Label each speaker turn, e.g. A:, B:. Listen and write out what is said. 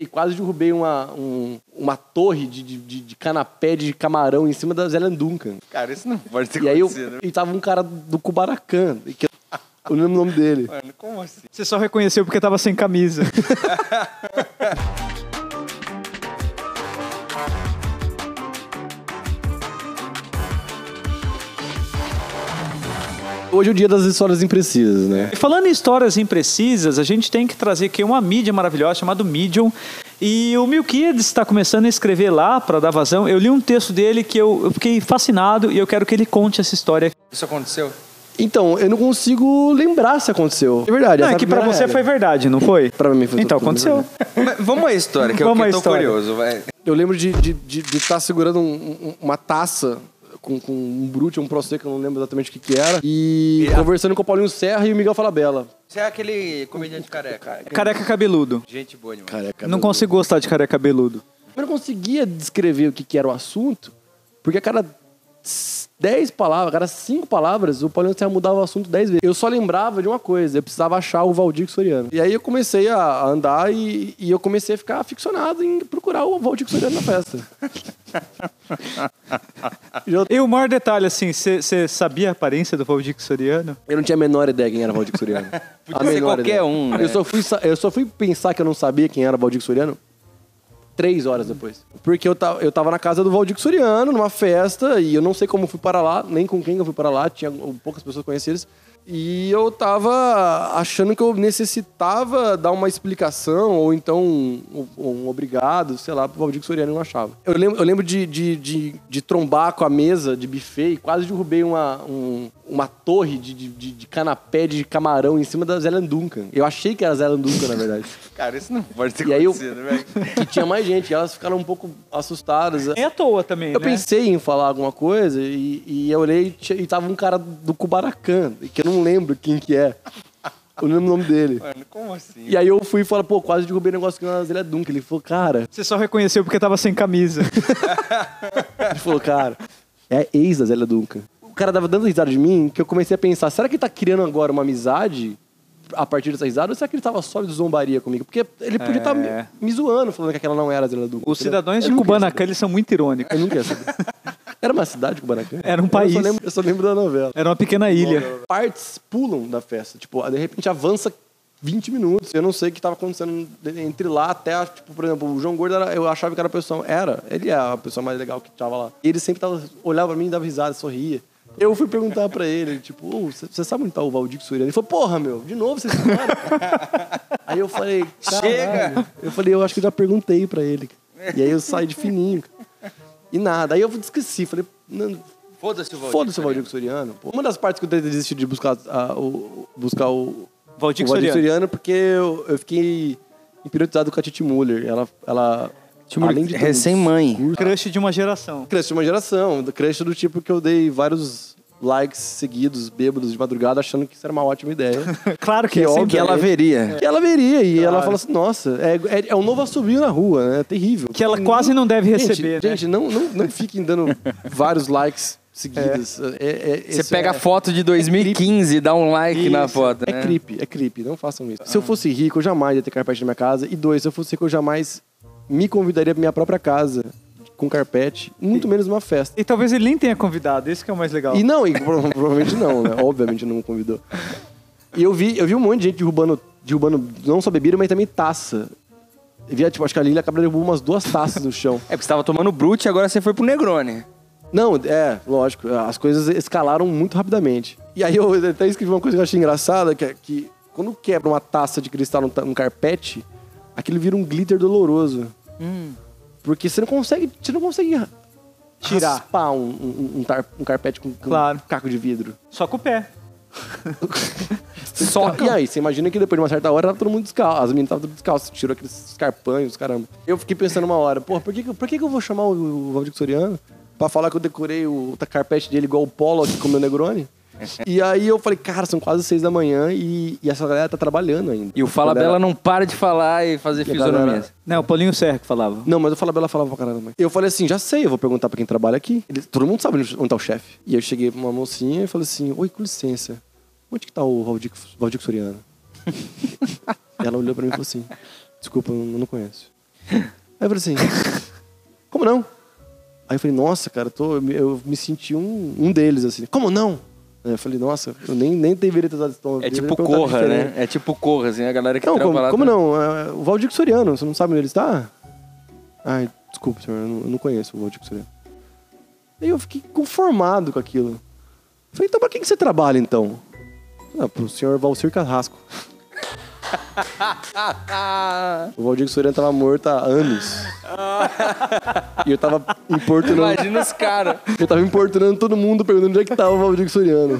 A: E quase derrubei uma, um- uma torre de, de- de- de canapé de camarão em cima da Zélia Duncan.
B: Cara, isso não pode ter
A: E aí eu,
B: acontecido.
C: né?
A: e tava um cara do Kubaracan, que eu eu não lembro o nome dele.
B: Mano, como assim?
C: Você só reconheceu porque tava sem camisa.
A: Hoje é o dia das histórias imprecisas, né?
C: E Falando em histórias imprecisas, a gente tem que trazer aqui uma mídia maravilhosa chamada Medium. E o Mil Kids está começando a escrever lá para dar vazão. Eu li um texto dele que eu, eu fiquei fascinado e eu quero que ele conte essa história.
B: Isso aconteceu?
A: Então, eu não consigo lembrar se aconteceu. É verdade.
C: Não,
A: essa
C: é que
A: a
C: para
A: primeira
C: você
A: regra.
C: foi verdade, não foi?
A: Pra mim foi
C: Então,
A: tudo
C: aconteceu.
A: verdade.
B: Mas vamos à história, que
C: Vamos à
B: eu, que eu tô
C: história.
B: curioso. Vai.
A: Eu lembro de estar de, de, de tá segurando um- um- uma taça com, com um brute, um prosecco, eu não lembro exatamente o que, que era. E conversando com o Paulinho Serra e o Miguel Falabella.
B: Você é aquele comediante careca.
C: Careca cabeludo.
B: Gente boa demais.
A: Careca.
C: Não
A: meu
C: consigo gostar de careca cabeludo.
A: Deus. Eu não conseguia descrever o que, que era o assunto, porque a cada s- 10 palavras, a cada 5 palavras, o Paulinho Serra mudava o assunto 10 vezes. Eu só lembrava de uma coisa, eu precisava achar o Valdir Soriano. E aí eu comecei a- a andar e, e eu comecei a ficar aficionado em procurar o Valdir Soriano na festa.
C: E o maior detalhe, assim, você sabia a aparência do Valdir Soriano?
A: Eu não tinha a menor ideia quem era Valdir Soriano.
B: Podia
A: A
B: ser
A: menor
B: qualquer um, né?
A: Eu só, fui, sa- eu só fui pensar que eu não sabia quem era Valdir Soriano três horas depois. Porque eu tava, eu tava na casa do Valdir Soriano, numa festa, e eu não sei como fui para lá, nem com quem eu fui para lá, tinha poucas pessoas conhecidas. E eu tava achando que eu necessitava dar uma explicação, ou então um, um obrigado, sei lá, pro Valdir Soriano, eu não achava. Eu lembro, eu lembro de, de, de, de trombar com a mesa de buffet e quase derrubei uma, um- uma torre de, de, de- de canapé de camarão em cima da Zélia Duncan. Eu achei que era a Zélia Duncan, na verdade.
B: Cara, isso não pode ter
A: E aí eu-
B: acontecido, velho.
A: que tinha mais gente, e elas ficaram um pouco assustadas.
C: É à toa também,
A: Eu
C: né?
A: pensei em falar alguma coisa e, e eu olhei e tinha- e tava um cara do Kubaracan, que eu não lembro quem que é. Eu não lembro o nome dele.
B: Mano, como assim?
A: E aí eu fui e falei, pô, quase derrubei o negócio que na Zélia Duncan. Ele falou, cara,
C: Você só reconheceu porque tava sem camisa.
A: ele falou, cara, é a ex da Zélia Duncan. O cara dava dando risada de mim que eu comecei a pensar, será que ele tá criando agora uma amizade a partir dessa risada ou será que ele tava só de zombaria comigo? Porque ele podia estar
C: É.
A: me, me zoando falando que aquela não era a Zélia Duncan.
C: Os
A: entendeu?
C: cidadãos
A: Eu
C: de
A: nunca ia
C: Cubanacan, eles são muito irônicos.
A: Eu nunca ia saber. Era uma cidade, Kubanacan?
C: Era um
A: Eu só
C: país.
A: lembro, eu só lembro da novela.
C: Era uma pequena ilha.
A: Partes pulam da festa. Tipo, de repente avança 20 minutos. Eu não sei o que estava acontecendo entre lá até, tipo, por exemplo, o João Gordo, era- eu achava que era a pessoa... Era, ele é a pessoa mais legal que tava lá. Ele sempre tava, olhava pra mim, dava risada, sorria. Eu fui perguntar pra ele, tipo, "Ô, você você sabe onde tá o Valdir Soriano? Ele falou, porra, meu, de novo vocês falaram?" Aí eu falei, chega! Eu falei, eu acho que eu já perguntei pra ele. E aí eu saí de fininho. E nada. Aí eu esqueci, falei, "Não,
B: Foda-se o Valdir. tá
A: Foda-se o Valdir Soriano. pô. Uma das partes que eu tentei desistir de buscar, ah, o, buscar o,
C: Valdir
A: o Valdir
C: Soriano.
A: Soriano, porque eu, eu fiquei hipnotizado com a Titi Muller. Ela, ela
B: Muller,
A: ter um
B: recém-mãe.
A: discurso-
C: Crush de uma geração.
A: Crush de uma geração. do Crush do tipo que eu dei vários likes seguidos, bêbados, de madrugada, achando que isso era uma ótima ideia.
C: Claro que,
A: Que
C: é,
A: óbvio né?
C: sempre
B: Que ela
C: é.
B: veria.
A: que ela veria. E ela fala assim, nossa, é, é, é um novo assobio na rua, né? É terrível.
C: Que ela quase não deve
A: Gente,
C: receber, né?
A: gente não, não, não fiquem dando vários likes seguidos.
C: É.
A: É,
B: Você pega a foto de 2015 e dá um like na
A: Isso.
B: foto,
A: É
B: né?
A: creepy, é creepy, não façam isso. Se eu fosse rico, eu jamais ia ter carpete na minha casa. E dois, se eu fosse rico, eu jamais me convidaria pra minha própria casa com carpete, muito menos uma festa.
C: E talvez ele nem tenha convidado, isso que é o mais legal.
A: E não, e prova- provavelmente não, né? Obviamente não me convidou. E eu vi, eu vi um monte de gente derrubando, derrubando não só bebida, mas também taça. Eu vi, tipo, acho que a Lili acabou derrubando umas duas taças no chão.
B: É porque você tava tomando Brute e agora você foi pro Negroni.
A: Não, é, lógico. As coisas escalaram muito rapidamente. E aí eu até escrevi uma coisa que eu achei engraçada, que é que quando quebra uma taça de cristal num, ta- num carpete, aquilo vira um glitter doloroso.
C: Hum.
A: Porque você não consegue, você não consegue ra-
C: Tirar.
A: raspar um, um, um tar- um carpete com, com
C: Claro.
A: caco de vidro.
C: Só com o pé.
A: Soca. Então, E aí, você imagina que depois de uma certa hora tava todo mundo descalço. As meninas estavam tudo descalço, tirou aqueles carpanhos, caramba. Eu fiquei pensando uma hora, porra, por que, que- por que, que eu vou chamar o, o Valdir Soriano pra falar que eu decorei o, o carpete dele igual o Polo aqui com o meu Negroni? E aí eu falei, cara, são quase seis da manhã e, e essa galera tá trabalhando ainda.
B: E o Fala
A: Quando ela-
B: Bela não para de falar e fazer
A: E a galera-
B: fisionomia.
C: Não, Né, o Paulinho Serra que falava.
A: Não, mas o Fala Bela falava pra caralho. mãe. Eu falei assim, já sei, eu vou perguntar pra quem trabalha aqui. Ele- todo mundo sabe onde onde tá o chefe. E eu cheguei pra uma mocinha e falei assim, oi, com licença, onde que tá o Valdir, Valdir Soriano? Ela olhou pra mim e falou assim, desculpa, eu não conheço. Aí eu falei assim, como não? Aí eu falei, nossa, cara, eu, tô- eu me- eu me senti um, um deles, assim. Como não? Aí eu falei, nossa, eu nem, nem deveria ter dado esse tom.
B: É
A: eu
B: tipo
A: deveria perguntar
B: Corra,
A: diferente.
B: né? É tipo Corra, assim, a galera que
A: Não,
B: trampa
A: como,
B: lá.
A: como
B: tá-
A: não? É, o Valdir Soriano, você não sabe onde ele está? Ai, desculpa, senhor, eu não, eu não conheço o Valdir Soriano. Aí eu fiquei conformado com aquilo. Falei, então pra quem que você trabalha, então? Ah, pro senhor Valcir Carrasco.
B: Ah,
A: o Valdir Soriano tava morto há anos. e eu tava importunando,
B: Imagina os caras.
A: eu tava importunando todo mundo, perguntando onde é que tava o Valdir Soriano.